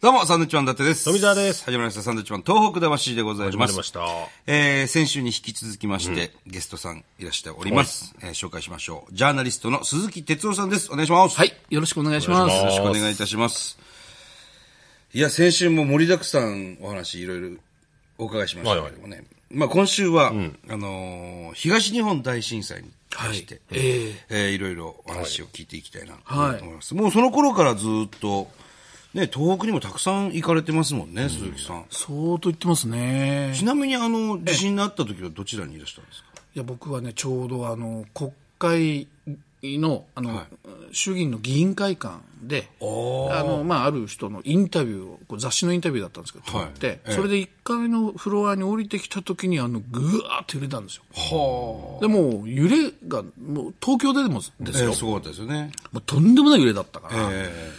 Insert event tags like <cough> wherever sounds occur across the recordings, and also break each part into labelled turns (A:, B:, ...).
A: どうも、サンドウィッチマン伊達です。
B: 富澤です
A: 始まりました、サンドウィッチマン東北魂でござい
B: 始
A: ま。
B: ますりました。
A: えー、先週に引き続きまして、ゲストさんいらしております、えー紹介しましょう。ジャーナリストの鈴木哲夫さんです。お願いします。。
C: はいい、よろしくお願いします。
A: よろしくお願いいたします。いや、先週も盛りだくさんお話いろいろお伺いしましたけどもね。まあ今週は、あのー東日本大震災に対して、
C: はいえ
A: えーいろいろお話を聞いていきたいなと
C: はい
A: 思います。もうその頃からずっと、ね、東北にもたくさん行かれてますもんね、鈴木さん。
C: そうと言ってますね。
A: ちなみにあの、地震のあった時はどちらにいらしたんですか
C: いや、僕はね、ちょうどあの、国会の、あの、
A: はい
C: 衆議院の議員会館で、あの、まあ、ある人のインタビューを、こう雑誌のインタビューだったんですけど、撮って、
A: はいええ
C: それで1階のフロアに降りてきた時に、あの、ぐわーって揺れたんですよ。でも、揺れが、もう、東京ででもです
A: え
C: よ。
A: ーすごかったですよね。
C: もうとんでもない揺れだったから、
A: え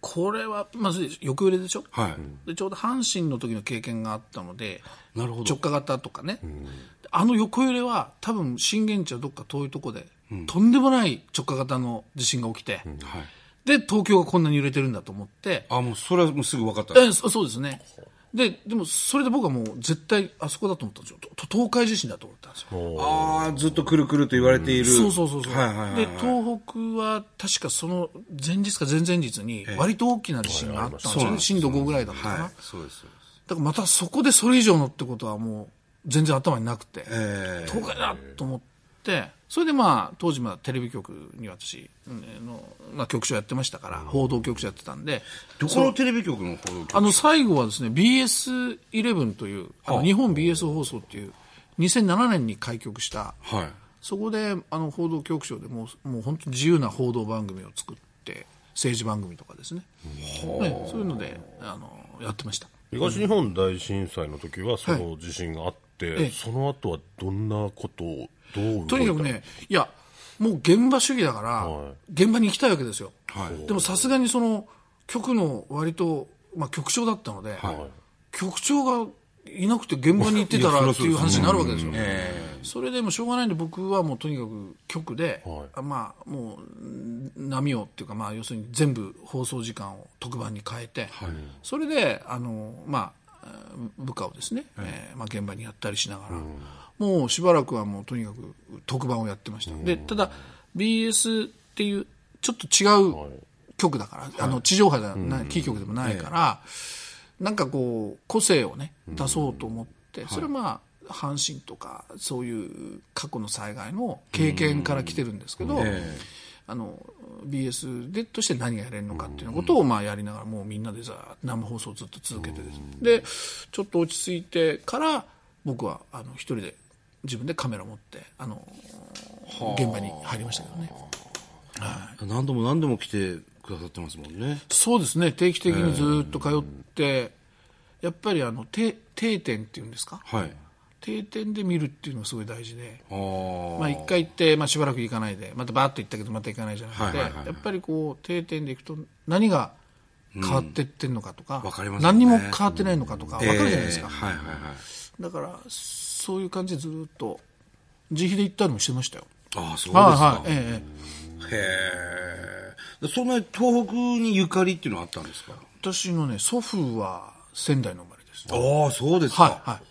C: これは、まずいです横揺れでしょ
A: ーはい。
C: でちょうど阪神の時の経験があったので
A: なるほど
C: 直下型とかね、あの横揺れは多分震源地はどっか遠いとこで、とんでもない直下型の地震が起きて、
A: はい。
C: で東京がこんなに揺れてるんだと思って、
A: あ、もうそれはもうすぐ分かった。
C: えそそうですねででもそれで僕はもう絶対あそこだと思ったんですよと東海地震だと思ったんですよ
A: ああ、ずっとくるくると言われている。
C: そうそうそうそう、
A: はいはいはいはい。
C: で東北は確かその前日か前々日に割と大きな地震があったんですよね、震度5ぐらいだったかな、
A: はい、そうです。そうです
C: だからまたそこでそれ以上のってことはもう全然頭になくて、
A: え
C: 東海だと思って、それでまあ当時まだテレビ局に私うんの、まあ、局長やってましたから、報道局長やってたんで、
A: ー、どこのテレビ局の報道局
C: あの最後はですね BS11 という、あの日本 BS 放送っていう、2007年に開局した、
A: はい。
C: そこであの報道局長でもうもう本当に自由な報道番組を作って、政治番組とかですね、ねそういうのであのやってました。
B: 東日本大震災の時はその地震があって、
C: ええ
B: その後はどんなことをどう動いた
C: とにかくね、いや、もう現場主義だから、
B: はい
C: 現場に行きたいわけですよ、
A: はい
C: でもさすがにその局の割と、まあ、局長だったので、局長がいなくて現場に行ってた
A: いやそり
C: ら
A: ゃそう
C: って
A: です
C: いう話になるわけですよ、
A: え
C: それでもうしょうがないんで、僕はもうとにかく局で、
B: はい
C: あまあ、もうん波をっていうか、まあ、要するに全部放送時間を特番に変えて、それであの、まあ、えー部下をですね、えーまあ、現場にやったりしながら、もうしばらくはもうとにかく特番をやってました、でただ、BS っていうちょっと違う局だから、あの地上波じゃない、キー局でもないから、なんかこう個性をね出そうと思って、それはまあ阪神とかそういう過去の災害の経験から来てるんですけど、
A: え
C: あの BS でとして何がやれるのかっていうようなことをまあやりながらもうみんなでざーっと生放送をずっと続けてです、でちょっと落ち着いてから僕はあの一人で自分でカメラを持ってあの現場に入りましたけどね。
A: ー何度も何度も来てくださってますもんね。
C: そうですね定期的にずーっと通って、やっぱりあの定定点っていうんですか、
A: はい。
C: 定点で見るっていうのがすごい大事で、
A: あー
C: まあ、1回行って、まあ、しばらく行かないでまたバーッと行ったけどまた行かないじゃなくて、
A: はいはいはいはい
C: やっぱりこう定点で行くと何が変わってってんのかとか,、
A: わかりますよね
C: 何にも変わってないのかとか分かるじゃないですか、
A: えーはいはいはい。
C: だからそういう感じでずーっと自費で行ったりもしてましたよ。
A: ああ、そうですか。
C: はいはいええええ
A: へえ。そんな東北にゆかりっていうのはあったんですか
C: 私のね祖父は仙台の生まれです。
A: ああ、そうですか。
C: はいはい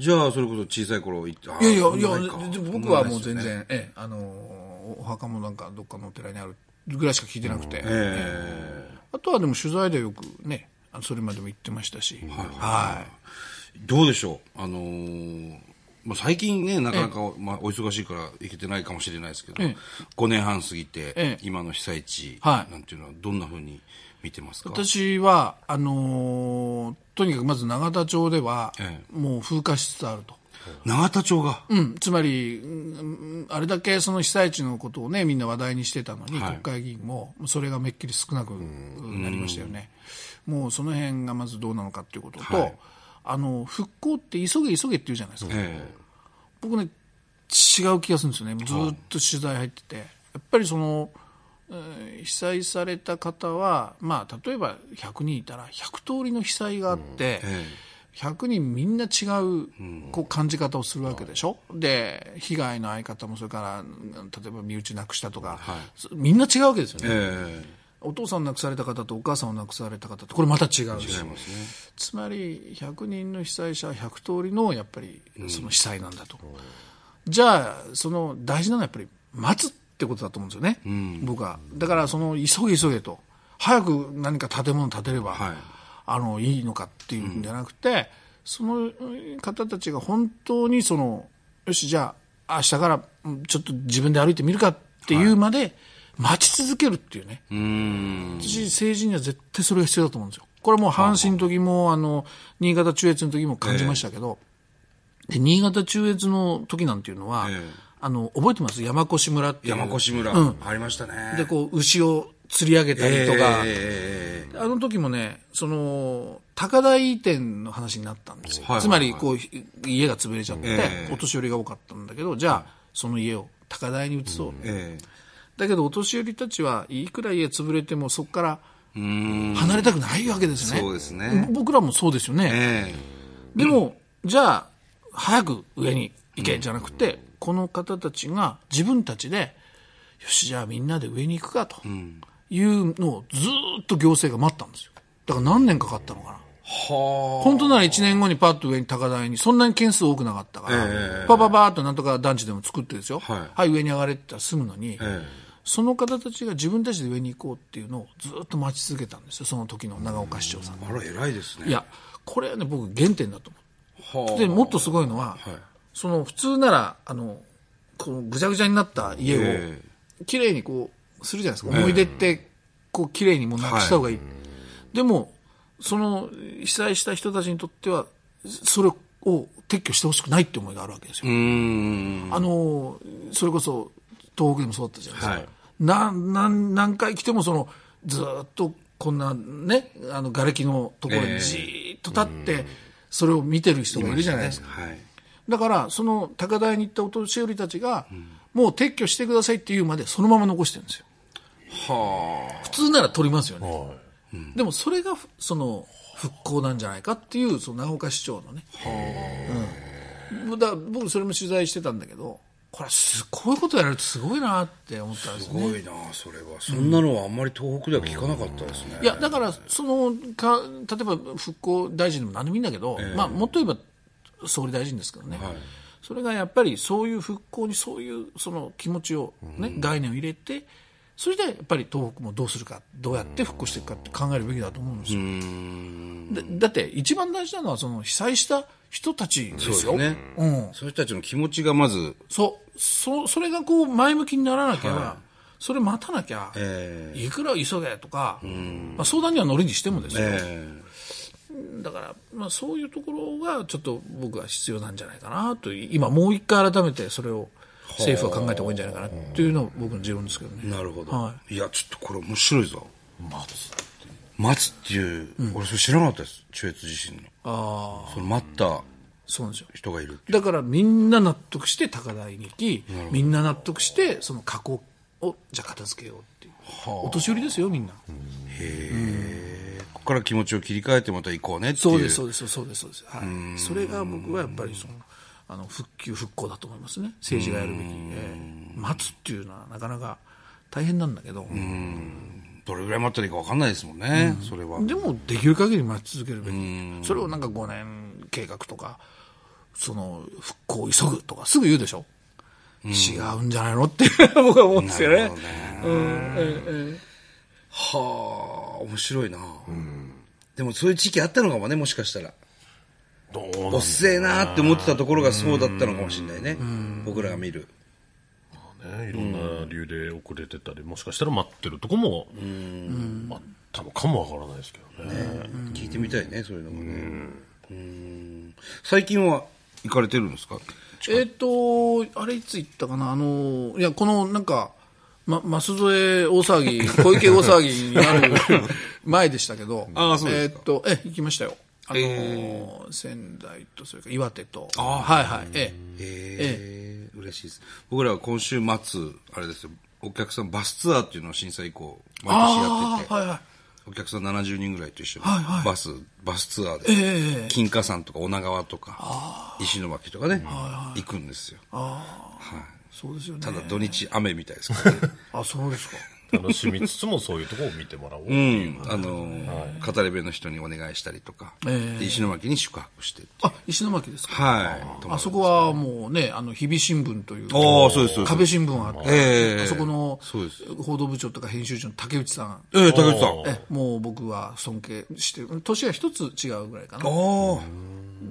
A: じゃあ、それこそ小さい頃行って、あー
C: いやいや
A: そんなな
C: いや
A: いか
C: でで僕はもう
A: そん
C: 全
A: なないですよね
C: 然、ええあのーお墓もなんかどっかのお寺にあるぐらいしか聞いてなくて、
A: え
C: あとはでも取材でよくねあのそれまでも行ってましたし、はい
A: ーどうでしょうあのーまあ、最近ね、なかなか、まあ、お忙しいから行けてないかもしれないですけど、
C: ええ
A: 5年半過ぎて、
C: ええ
A: 今の被災地
C: はい
A: なんていうのはどんなふうに見てますか、
C: 私はあのーとにかくまず永田町では、
A: ええ
C: もう風化しつつあると。
A: 永田町が、
C: うん、つまり、うんあれだけその被災地のことを、ね、みんな話題にしてたのに、
A: はい
C: 国会議員もそれがめっきり少なくなりましたよね、もうその辺がまずどうなのかということと、
A: はい
C: あの復興って急げ急げって言うじゃないですか、
A: え
C: 僕ね、違う気がするんですよね、ずっと取材入ってて、やっぱりその、えー被災された方は、まあ、例えば100人いたら、100通りの被災があって、
A: え
C: 100人みんな違うこう感じ方をするわけでしょ、で被害の相方も、それからうん例えば身内なくしたとか、そみんな違うわけですよ
A: え
C: ね。
A: え
C: お父さんを亡くされた方とお母さんを亡くされた方とこれまた違うし
A: 違いますね。
C: つまり100人の被災者100通りのやっぱりその被災なんだと、じゃあその大事なのはやっぱり待つってことだと思うんですよね、僕はだからその急げ急げと早く何か建物建てれば、
A: はい
C: い、あのいいのかっていうんじゃなくて、そのうん方たちが本当にそのよしじゃあ明日からうんちょっと自分で歩いてみるかっていうまで待ち続けるっていうね、
A: うーん。
C: 私、政治には絶対それが必要だと思うんですよ。これはもう阪神の時も、あの、新潟中越の時も感じましたけど、で新潟中越の時なんていうのは、
A: ええ
C: あの、覚えてます山越村っていう。
A: 山越村、ありましたね。
C: で、こう、牛を釣り上げたりとか、
A: えー
C: あの時もね、その、高台店の話になったんですよ。
A: はいはいはい
C: つまり、こう、ひ家が潰れちゃって、
A: ええ
C: お年寄りが多かったんだけど、じゃあ、その家を高台に移そう。
A: え
C: だけど、お年寄りたちはいくら家潰れても、そこから、
A: ーうーん。
C: 離れたくないわけですね。
A: そうですね
C: 僕らもそうですよね。
A: え
C: でも、じゃあ、早く上に行けじゃなくて、この方たちが自分たちで、よし、じゃあみんなで上に行くかというのをずーっと行政が待ったんですよ。だから何年かかったのか
A: ー
C: な。
A: は
C: 本当なら1年後にパッと上に高台に、そんなに件数多くなかったから、パパパーっとなんとか団地でも作ってですよ。
A: はい
C: はい、上に上がれって言ったら済むのに、
A: あ。え
C: その方たちが自分たちで上に行こうっていうのをずっと待ち続けたんですよ、その時の長岡市長さん
A: えあら、偉いですね。
C: いや、これはね、僕、原点だと
A: は
C: 思
A: あ
C: う。で、もっとすごいのは、
A: はい
C: その、普通なら、あの、このぐちゃぐちゃになった家
A: え
C: を、綺麗にこう、するじゃないですか。思い出って、こう、綺麗にもうなくした方がいい。でも、その、被災した人たちにとっては、それを撤去してほしくないって思いがあるわけですよ。
A: うーん。
C: あの、それこそ、東北でもそうだったじゃないですか。
A: はい
C: ななん何回来てもそのずーっとこんなねあの瓦礫のところ
A: ええ
C: にじーっと立って、それを見てる人がいるじゃないですか、
A: はい。
C: だからその高台に行ったお年寄りたちが、もう撤去してくださいっていうまでそのまま残してるんですよ
A: は
C: 普通なら取りますよね、
B: はい
C: でもそれがふその復興なんじゃないかっていうその長岡市長のね、うん、だから僕それも取材してたんだけどこれはすこういうことやられるとすごいなって思ったんです
A: あ。
C: よ
A: すごいな、それは。そんなのはあんまり東北では聞かなかったですね。
C: いや、だから、そのか、例えば復興大臣でも何でもいいんだけど、まあ、もっと言えば総理大臣ですけどね、それがやっぱりそういう復興にそういうその気持ちを、ね概念を入れて、それでやっぱり東北もどうするか、どうやって復興していくかって考えるべきだと思うんですよ。だだって、一番大事なのはその被災した人たちですよ。
A: そうですね
C: うん
A: そういう人たちの気持ちがまず、
C: そうそそれがこう前向きにならなきゃ、それ待たなきゃ、
A: え
C: いくら急げとか、まあ、相談には乗りにしてもですよ、
A: え
C: だから、まあ、そういうところがちょっと僕は必要なんじゃないかなという今、もう一回改めてそれを政府は考えた方がいいんじゃないかなというのが僕の持論ですけどね。
A: なるほど、、
C: はい
A: やちょっとこれ面白いぞ待つっていう、俺それ知らなかったです中越地震の
C: ああ
A: その待った
C: そうなんですよ
A: 人がいる
C: だからみんな納得して高台に行きみんな納得してその加工をじゃあ片付けようっていう、お年寄りですよみんな、
A: ここから気持ちを切り替えてまた行こうねっていう
C: そうですそうですそうですそうです、はい、それが僕はやっぱりそのあの復旧復興だと思いますね政治がやるべき、ええ待つっていうのはなかなか大変なんだけど、
A: どれぐらい待ったらいいか分かんないですもんね、それは
C: でもできる限り待ち続けるべき、それをなんか5年計画とか、その復興を急ぐとか、すぐ言うでしょ、違うんじゃないのって僕は思うんですよ
A: な
C: ね
A: るほど。ね
C: うんえええ
A: はあ面白いな、でもそういう地域あったのかもねもしかしたら
B: どうなんだ
A: おっせえなーって思ってたところがそうだったのかもしれないね僕らが見る
B: ね、いろんな理由で遅れてたり、もしかしたら待ってるとこもあったのかもわからないですけどね。
A: 聞いてみたいねそういうのもねうん最近は行かれてるんですか
C: えっと、あれいつ行ったかな、あの、いや、このなんか、ま、舛添大騒ぎ、小池大騒ぎになる前でしたけど、
A: <laughs> あそうですか
C: えっと、ええ、行きましたよ。あの、仙台と、それから岩手と、はいはい、ええ。
A: ええ嬉しいです僕らは今週末あれですよお客さんバスツアーっていうのを震災以降毎年やってて、
C: あーはいはい
A: お客さん70人ぐらいと一緒に
C: はいはい
A: バス、バスツアーで、
C: ええ
A: 金華山とか女川とか石巻とかね、行くんですよ、
C: ああ、そうですよね。
A: ただ土日雨みたいですからね
C: あ、そうですか。
B: 楽しみつつもそういうところを見てもらおうって
A: う
B: いう、
A: ん、あのー語り部の人にお願いしたりとか、
C: ええ
A: で石巻に宿泊してって
C: あ石巻ですか、
A: はい。
C: あそこはもうね、あの日々新聞という
A: ああそうですそうです
C: 壁新聞あって、
A: ええ
C: あそこの
A: そうです
C: 報道部長とか編集長の竹内さん、
A: ええ、竹内さん。あ
C: えもう僕は尊敬してる、年が一つ違うぐらいかな
A: あ、ー。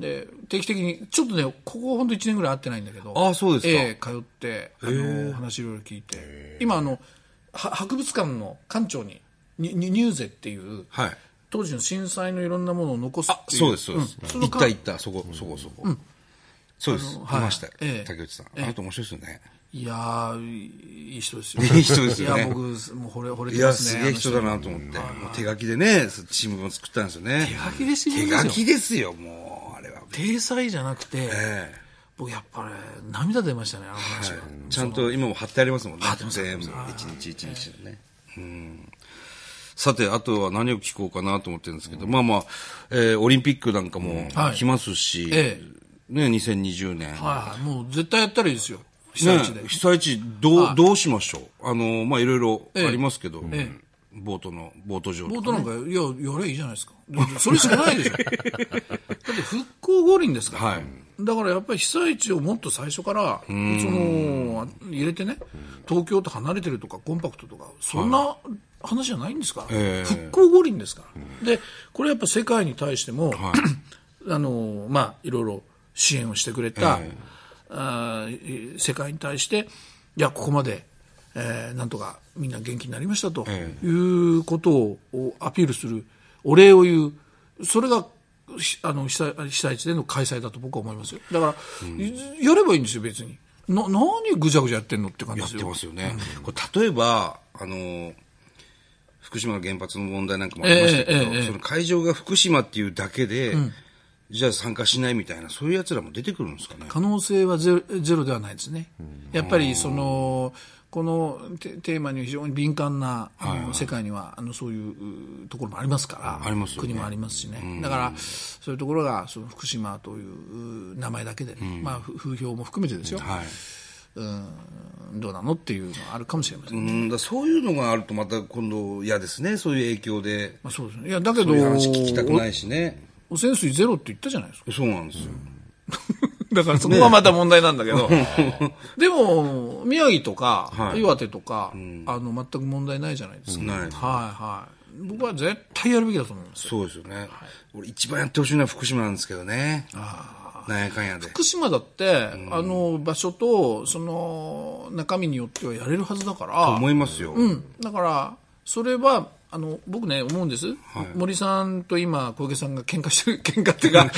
C: で定期的に、ちょっとね、ここ本当1年ぐらい会ってないんだけど、
A: あそうですか
C: ええ通って、あの話いろいろ聞いて、今あの、は博物館の館長に、ににニューゼっていう、
A: はい。
C: 当時の震災のいろんなものを残す
A: あ
C: っ、ていう
A: そうです、そうです。
C: ん
A: 行った行った、そこ、そこ、そこ。そうです。い
C: はい
A: ましたよ
C: ええ
A: 竹内さん。あなた面白いですよね。
C: いやー、いい人ですよ。
A: いい人ですよね
C: いや、僕、もう惚れ、惚れ
A: い
C: てま
A: や、
C: す
A: す
C: ね。
A: げえ人だなと思って。もう手書きでね、チームも作ったんですよね。
C: 手書きで新聞です
A: 手
C: よ
A: 書きですよ、もう、あれは。
C: あの人。体裁じゃなくて、
A: ええ
C: 僕、やっぱね、涙出ましたね、あの話は。
A: ちゃんと今も貼ってありますもんね。全部。一日一日のね。うんさて、あとは何を聞こうかなと思ってるんですけど、まあまあ、えーオリンピックなんかも
C: はい
A: 来ますし、
C: え
A: ね、2020年。
C: はいはい。もう、絶対やったらいいですよ。被
A: ね
C: 災地で。、
A: 被災地どう、どうしましょうあの、まあいろいろあ
C: え
A: りますけど、
C: え
A: ボートの、ボート場
C: ボ
A: と
C: ー
A: か
C: ト
A: ね、
C: なんか、いや、やればいいじゃないですか。それしかないでしょ。だって、復興五輪ですから。
A: はい。
C: だからやっぱり被災地をもっと最初からその入れてね、東京と離れてるとか、コンパクトとか、そんな話じゃないんですから、
A: ええ
C: 復興五輪ですから、でこれやっぱ世界に対しても、 <clears throat> あのまあ、いろいろ支援をしてくれた、あー世界に対して、いや、ここまで、えーなんとかみんな元気になりましたと
A: え
C: いうことをおアピールする、お礼を言う、それがひあの被災被災地での開催だと僕は思いますよ。だから、いやればいいんですよ、別に。な何ぐちゃぐちゃやってんのって感じ
A: や
C: で
A: っ
C: す
A: て
C: よ
A: ま。すよね。これ例えば、あの、福島の原発の問題なんかもありましたけど、
C: ええええええ
A: その会場が福島っていうだけで、じゃあ参加しないみたいな、そういう奴らも出てくるんですかね。
C: 可能性はゼロゼロではないですね。やっぱりそのこのテテーマに非常に敏感な、あの世界にはあのそういううところもありますから
A: ありますよね
C: 国もありますしね、だからそういうところがその福島というう名前だけでね、まあ、ふ風評も含めてですよ、
A: はい。
C: うんどうなのっていうのはあるかもしれませんね
A: うん、だそういうのがあるとまた今度嫌ですね、そういう影響で。
C: まあ、そうですね。いや、だけ
A: そ
C: ど、
A: ういう話聞きたくないしね。
C: お汚染水ゼロって言ったじゃない
A: <laughs>
C: ですか。
A: そうなんですよ。
C: だからそこはまた問題なんだけど。 <laughs> でも、宮城とか、
A: はい
C: 岩手とか、あの、全く問題ないじゃないですか。
A: ない
C: はいはい。僕は絶対やるべきだと思います。
A: そうですよね。俺一番やってほしいのは福島なんですけどね。なんやかんやで。
C: 福島だって、あの、場所と、その、中身によってはやれるはずだから、
A: 思いますよ。
C: うんだから、それは、あの僕ね、思うんです、森さんと今、小池さんが喧嘩してる、 <laughs> 喧嘩っていうか、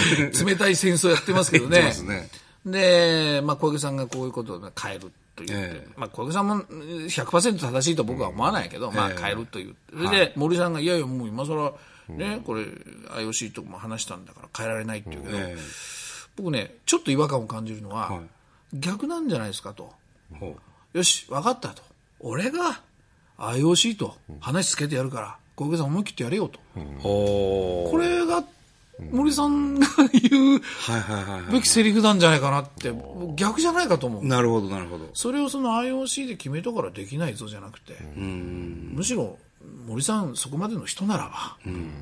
C: 冷たい戦争やってますけどね、
A: ますね
C: でまあ、小池さんがこういうことを変えると言って、
A: ええ
C: まあ、小池さんも100%正しいと僕は思わないけど、まあ、変えると言って、それで、森さんが、いやいや、もう今更、ね、これ、IOC とも話したんだから変えられないっていうけど、
A: え
C: 僕ね、ちょっと違和感を感じるのは、逆なんじゃないですかと。
A: えほう
C: よし、分かったと。俺が IOC と話つけてやるから、小池さん思い切ってやれよと。
A: ほ
C: これが、森さんが言う
A: うはいはいはいは
C: べきセリフなんじゃないかなって、逆じゃないかと思う
A: い。。なるほどなるほど。
C: それをその IOC で決めたからできないぞじゃなくて、むしろ森さん、そこまでの人ならば、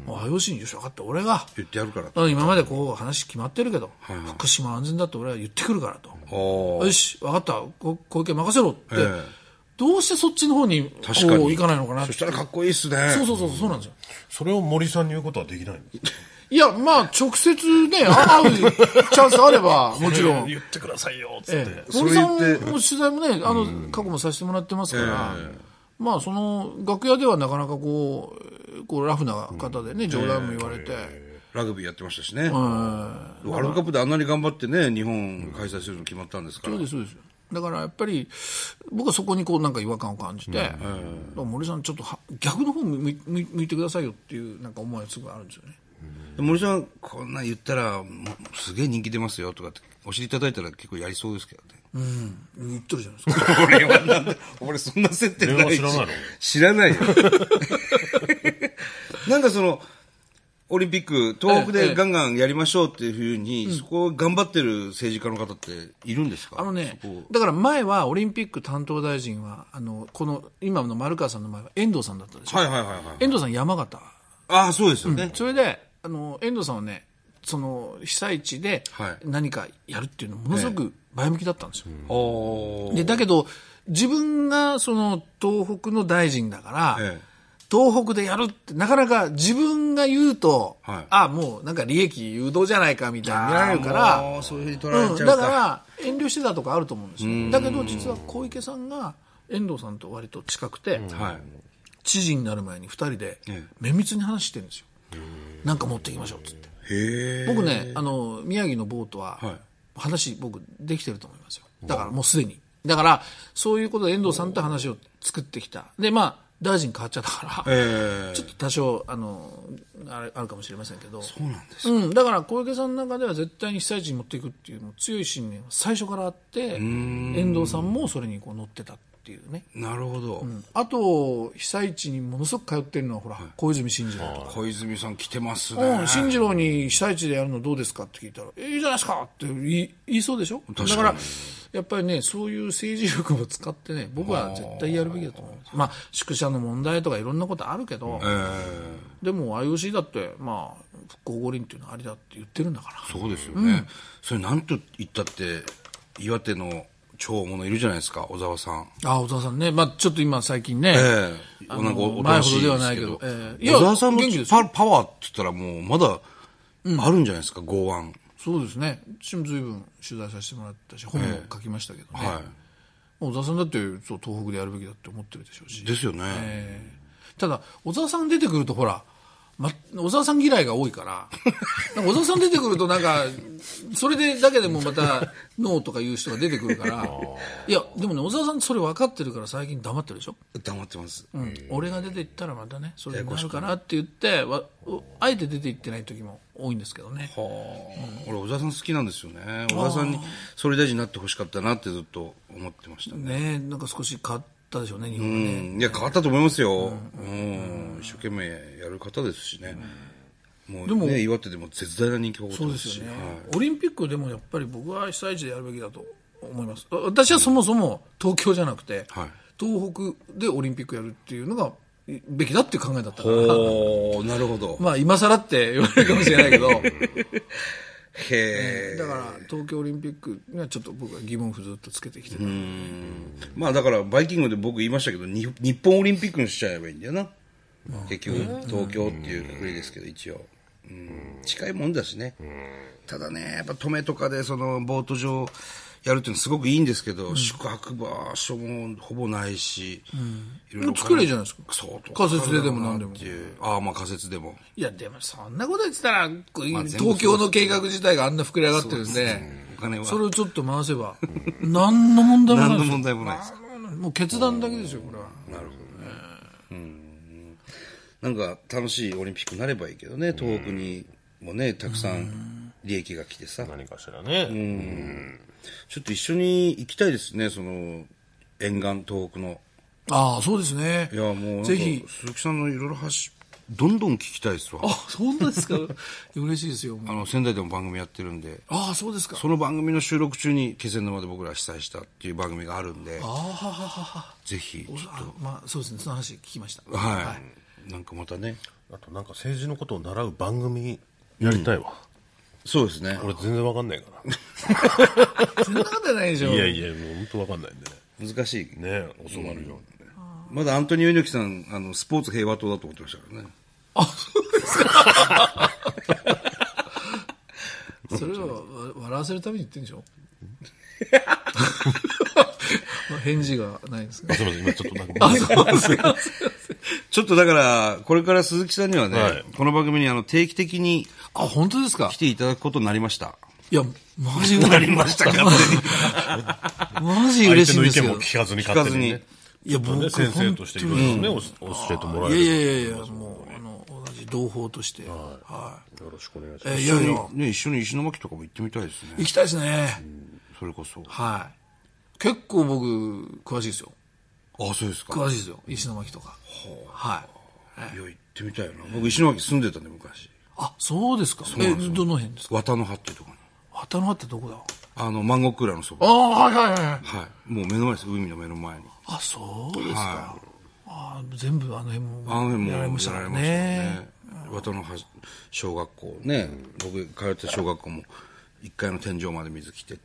C: もう IOC によし、分かった、俺が、
A: 言ってやるから
C: あの今までこう話決まってるけど、福島安全だって俺は言ってくるからと。
A: ほう
C: よし、分かった、こ小池任せろって、
A: ええ
C: どうしてそっちの方にこ
A: 確か
C: う
A: に
C: 行かないのかなっ
A: そ
C: て
A: したらかっこいいっすね。
C: そうそうそう、そうなんですよ。
B: それを森さんに言うことはできないんです
C: いや、まあ、直接ね、あ会うチャンスあ
A: <laughs>
C: れば、もちろ
B: <laughs>
C: ん。
B: 言ってくださいよっつって、
C: ええ、
A: それ
C: 森さん
A: 言
C: も
A: っ
C: 取
A: て
C: 材もね、あの、過去もさせてもらってますから、まあ、その、楽屋ではなかなかこう、こう、ラフな方でね、冗談も言われて、
A: ラグビーやってましたしね。ワールドカップであんなに頑張ってね、日本開催するの決まったんですから
C: そう。です、そうです。だからやっぱり、僕はそこにこうなんか違和感を感じて、だから森さん、ちょっとは逆の方向い向い向いてくださいよっていうなんか思いがすごいあるんですよね。
A: 森さん、こんなん言ったら、もうすげえ人気出ますよとかって、お尻叩いたら結構やりそうですけどね。
C: 言ってるじゃないですか。
A: 俺はなんだ、 <laughs> 俺そんな接点ないし
B: 俺は。
A: <laughs> 知らないよ。なんかその、オリンピック、東北でガンガンやりましょうっていうふうに、そこを頑張ってる政治家の方っているんですか
C: あのね
A: そこ、
C: だから前はオリンピック担当大臣は、あのこの今の丸川さんの前は遠藤さんだったでしょ、
A: はいはいはいはい。
C: 遠藤さん、山形、
A: ああ、そうですよね。
C: それであの遠藤さんはね、その被災地で
A: はい
C: 何かやるっていうの、ものすごく前向きだったんですよ。
A: おー
C: でだけど、自分がその東北の大臣だから、
A: ええ
C: 東北でやるって、なかなか自分が言うと、
A: はい
C: あもうなんか利益誘導じゃないかみたいに見られるか
A: あー
C: ら
A: も、うそういうふうに取られちゃ
C: う、
A: うんか
C: だから遠慮してたとかあると思うんですよだけど実は小池さんが遠藤さんと割と近くて、
A: はい。
C: 知事になる前に2人で
A: ええ
C: 綿密に話してるんですよ、なんか持っていきましょうっつって
A: へえ。
C: 僕ねあの宮城のボートは、
A: はい
C: 話僕できてると思いますよだからもうすでにだからそういうことで遠藤さんと話を作ってきたでまあ大臣変わっちゃったから、
A: ええ
C: ちょっと多少あのあれあるかもしれませんけど
A: そうなんです。
C: うん、だから小池さんの中では絶対に被災地に持っていくっていうもう強い信念は最初からあって遠藤さんもそれにこう乗ってたっていうね、
A: なるほど。
C: あと被災地にものすごく通ってるのはほら、小泉進次郎とか。
A: 小泉さん来てますね。
C: うん、進次郎に被災地でやるのどうですかって聞いたら、いいじゃないですかって言い言いそうでしょ、
A: かに
C: だから、やっぱりね、そういう政治力を使ってね、僕は絶対やるべきだと思います、まあ、宿舎の問題とかいろんなことあるけど、
A: ええ
C: でも IOC だって、まあ、復興五輪っていうのはありだって言ってるんだから、
A: そうですよね。それなんと言ったって、岩手の超物いるじゃないですか、小沢さん。
C: あ小沢さんね、まあ、ちょっと今、最近ね、
A: ええ
C: あの
A: なんかおとなしいですけど。
C: 前ほどではないけどええいや
A: 小沢さんの
C: 元気です
A: パパワーって言ったらもうまだあるんじゃないですか、剛腕。
C: そうですね、私もずいぶん取材させてもらったし、本も書きましたけどね、
A: は
C: 小沢さんだってそう東北でやるべきだって思ってるでしょうし
A: い。、ですよね。
C: ただ、小沢さん出てくると、ほら、ま、小沢さん嫌いが多
A: <laughs>
C: いから、なんか小沢さん出てくると、なんか、それでだけでもまた、ノーとか言う人が出てくるから、いや、でもね、小沢さん、それ分かってるから、最近黙ってるでしょ。
A: 黙ってます。
C: 俺が出て行ったらまたねそれになるかなって言ってわおあえて出て行ってない時も多いんですけどね
A: 俺、小沢さん好きなんですよね。小沢さんに総理大臣になってほしかったなってずっと思ってましたね。
C: ねなんか少し変わったでしょうね日本は
A: う
C: ね、
A: ん、いや、変わったと思いますよ。うん。一生懸命やる方ですしね。もう、ね、岩手でも絶大な人気を誇
C: そ
A: っ
C: う
A: てま
C: ですす
A: し。
C: よね、
A: はい
C: オリンピックでもやっぱり僕は被災地でやるべきだと思いますあ私はそもそも東京じゃなくて、
A: はい
C: 東北でオリンピックやるっていうのがいべきだっていう考えだったから
A: おーなるほど。
C: まあ今更って言われるかもしれない
A: <laughs>
C: けど
A: へえ。
C: だから東京オリンピックにはちょっと僕は疑問符ずっとつけてきてた
A: まあだから、バイキングで僕言いましたけど、に日本オリンピックにしちゃえばいいんだよな。結局、東京っていう国ですけど、一応。うん近いもんだしね。ただね、やっぱ止めとかで、その、ボート場やるっていうのすごくいいんですけど、宿泊場所もほぼないし、いろいろ
C: 作れるじゃないですか
A: 相当
C: 仮設ででも何で
A: っ
C: も
A: ていう。ああ、まあ仮設でも。
C: いや、でもそんなこと言ってたら、
A: あ全部
C: 東京の計画自体があんな膨れ上がってるんで、そ
A: お金は。
C: れをちょっと回せば、何の問題もない
A: 何の
C: ですよ
A: 問題もないです。
C: もう決断だけですよ、これは。
A: なんか楽しいオリンピックになればいいけどね、東北にもね、たくさん利益が来てさ、
B: 何かしらね。
A: ちょっと一緒に行きたいですね、その、沿岸、東北の。
C: ああ、そうですね。
A: いや、もうなんか、
C: ぜひ。
A: 鈴木さんのいろいろ話、どんどん聞きたいですわ
C: あ。、そう
A: <laughs>
C: なんですか。嬉しいですよ。も
A: あ
C: う
A: の、仙台でも番組やってるんで、
C: ああ、そうですか。
A: その番組の収録中に気仙沼で僕ら被災したっていう番組があるんで、
C: ああ、
A: ぜひ、ちょっ
C: あまあ、そうですね。その話聞き
A: <laughs>
C: ました。
A: と、はい。なんかまたね、
B: あとなんか政治のことを習う番組やりたいわ。
A: そうですね。
B: 俺全然わかんないか
C: <laughs> そんなことないでしょ。
B: ら。いやいや、もう本当わかんないんで
A: 難しい。
B: ね。ねえ教わるようにね。
A: まだアントニオ猪木さん、あの、スポーツ平和党だと思ってましたからね。
C: あ、そうですか。それをわ笑わせるために言ってんでしょまあ返事がないですね。
B: あすみません、今ちょっとなんか。 <laughs> あ、そう
A: ちょっとだから、これから鈴木さんにはね、
B: はい
A: この番組にあの定期的に
C: あ、本当ですか
A: 来ていただくことになりました。
C: いや、マジなりましたかマジ嬉しいんです
B: 相手
C: け
B: の意見
C: ど
B: も。聞かずに
A: 聞かず
B: 勝手
A: に
B: にね。
C: いや、僕、
B: ね、先生としていろいろね、お教えてもらえ
C: いや
B: る。
C: いやいやいや、もう、あの、同じ同胞として。はい。
B: よろしくお願いし
C: え
B: ます。
C: い
A: 一緒
C: やい
A: に
C: や、
A: ね、一緒に石巻とかも行ってみたいですね。
C: 行きたいですね。
A: それこそ。あ、
C: はい。結構僕、詳しいですよ。
A: そうですか。
C: 詳しいですよ。石巻とか。はい。
A: いや、行ってみたいよな。僕、石巻住んでたんで、昔。
C: あそうですかえどの辺ですか
A: 綿の葉っていうところに。
C: 渡の葉ってどこだ
A: あの、万石倉のそ
C: あ
A: ば。
C: あはいはいはい
A: はい。もう目の前です。海の目の前に。
C: あそうですか、
A: は
C: あー全部あの辺
A: い。あの辺
C: も
A: も
C: や
A: やら
C: られ
A: れ
C: ま
A: ま
C: し
A: したた
C: から
A: ね。
C: ね
A: 綿の葉小学校ね、僕通ってた小学校も1階の天井まで水来て、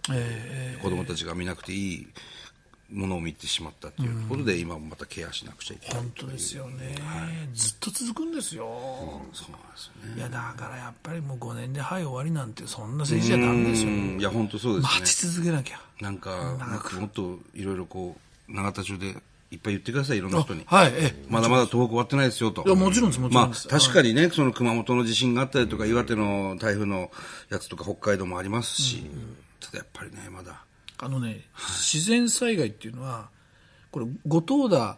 A: 子供たちが見なくていいものを見てしまったっていうことで、今もまたケアしなくちゃいけない。
C: 本当ですよね、ずっと続くんですよ、
A: そうなんですよね。
C: いやだからやっぱりもう5年ではい終わりなんてそんな政治じゃダメですよ、
A: うんいや、本当そうですね。
C: 待ち続けなきゃ
A: なんか、もっといろいろこう、永田町でいっぱい言ってください、いろんな人に。
C: あはいええ
A: まだまだ東北終わってないですよと。
C: いやもちろんですもちろんです
A: まあ、確かにね、その熊本の地震があったりとか、岩手の台風のやつとか、北海道もありますし、ただやっぱりね、まだ。
C: あのね、自然災害っていうのは、これ、後藤田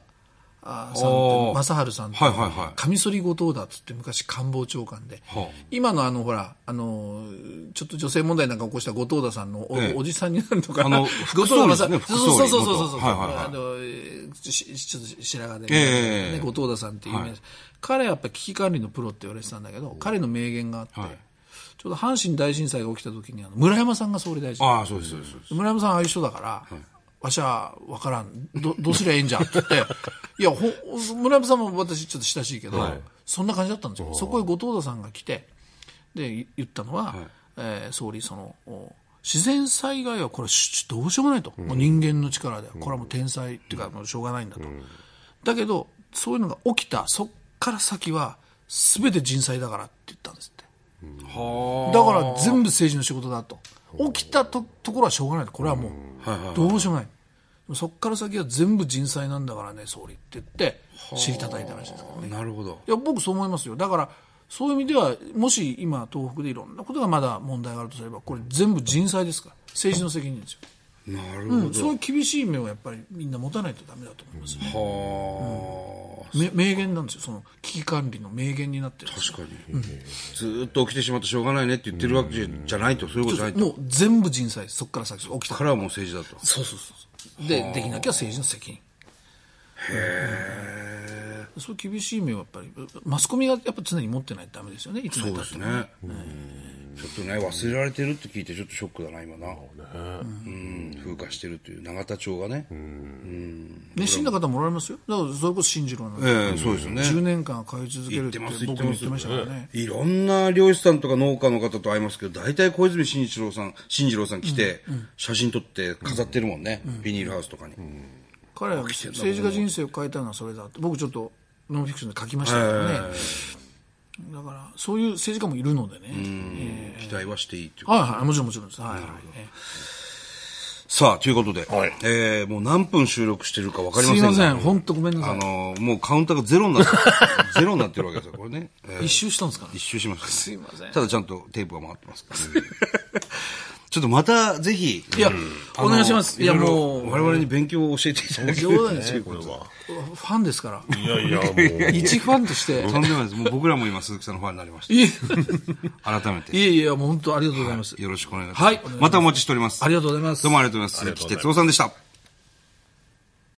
C: あーさんって
A: おー
C: 正治さんって、
A: はいはいはい
C: カミソリ後藤田っつって昔官房長官で、
A: はあ
C: 今のあの、ほら、あのー、ちょっと女性問題なんか起こした後藤田さんのお,、
A: ええ
C: じさんになるとか、
A: あの
C: 後
A: 副
C: 藤田正
A: 総理ですね
C: そうそう
A: 副総理
C: そうそうそう
A: 元
C: そう、
A: はいはいはい
C: あのーしちょっと白髪で、
A: ええ
C: ね、後藤田さんっていうイメージ、彼はやっぱ危機管理のプロって言われてたんだけど、彼の名言があって、
A: はい
C: ちょうど阪神大震災が起きた時にあの村山さんが総理大臣
A: ああ、そうです、そうです。そうです
C: 村山さんああいう人だから、わしは分からんどどうすりゃいいんじゃんって言っていやほ村山さんも私ちょっと親しいけど、そんな感じだったんですよそこへ後藤田さんが来てでい言ったのは、えー総理そのお自然災害はこれしどうしようもないと、もう人間の力でこれはもう天才っていうかもうしょうがないんだと、だけどそういうのが起きたそっから先は全て人災だからって言ったんですって。だから全部政治の仕事だと起きたとところはしょうがないとこれはもうどうしようもないでもそこから先は全部人災なんだからね総理って言って知りたたいた話ですけどね
A: なるほど。
C: いや僕そう思いますよだからそういう意味ではもし今東北でいろんなことがまだ問題があるとすればこれ全部人災ですから政治の責任ですよ、
A: なる
C: うん、そういう厳しい目をやっぱりみんな持たないとダメだと思いますね
A: ほど。はあ。
C: め名言なんですよその危機管理の名言になってるんですよ
A: 確かに。ずーっと起きてしまってしょうがないねって言ってるわけじゃないと、そういうことじゃないと。
C: もう全部人災ですそこから先起きた
A: からはもう政治だと。
C: そうそうそうそうでできなきゃ政治の責任へえそういう厳しい面はやっぱりマスコミがやっぱ常に持ってないとダメですよねいつま
A: そ
C: で
A: う
C: た
A: で
C: って
A: す
C: も
A: ね。ちょっとね、忘れられてるって聞いて、ちょっとショックだな、今な。うん、風化してるという、永田町がね。
C: 熱心な方もおられますよだからそれこそ新次郎なんて、
A: ええ、そうですよね。
C: 10年間通い続けるって
A: 言ってます
C: 僕も言ってましたからね
A: いろんな漁師さんとか農家の方と会いますけど、大体小泉進一郎さん、進次郎さん来て、写真撮って飾ってるもんね。ビニールハウスとかに。
C: 彼は政治家人生を変えたのはそれだって僕ちょっとノンフィクションで書きましたけどね、だからそういう政治家もいるのでね、え
A: 期待はしていいという
C: え。はいはいもちろんもちろんですはいはい、ええ
A: さあ、ということで、
B: はい
A: えー、もう何分収録してるかわかります
C: い
A: せんが
C: ません本当ごめんなさ
A: あ
C: い、
A: のー、もうカウンターがゼロになってる、 <laughs> ゼロになってるわけですよ、これね。えー
C: 一周したんですかね
A: 一周しました、ね。
C: すいません
A: ただちゃんとテープが回ってますから、ちょっとまたぜひ。
C: いや
A: うん
C: お願いします
A: あの
C: いや
A: ろ
C: もう
A: 我々に勉強を教えていただきたい。
C: 冗談ですよ
B: これは。
C: ファンですから
B: いやいや、もう。
C: 一ファンとして
A: とんでもないです。もう僕らも今鈴木さんのファンになりまし
C: いえ
A: た。改め
C: い
A: て。
C: えいえ、もう本当ありがとうございます。
A: よろしくお願いします。
C: はいお願いします
A: またお待ちしております。
C: ありがとうございます
A: どう。もありがとうございます。鈴木哲夫さんでした。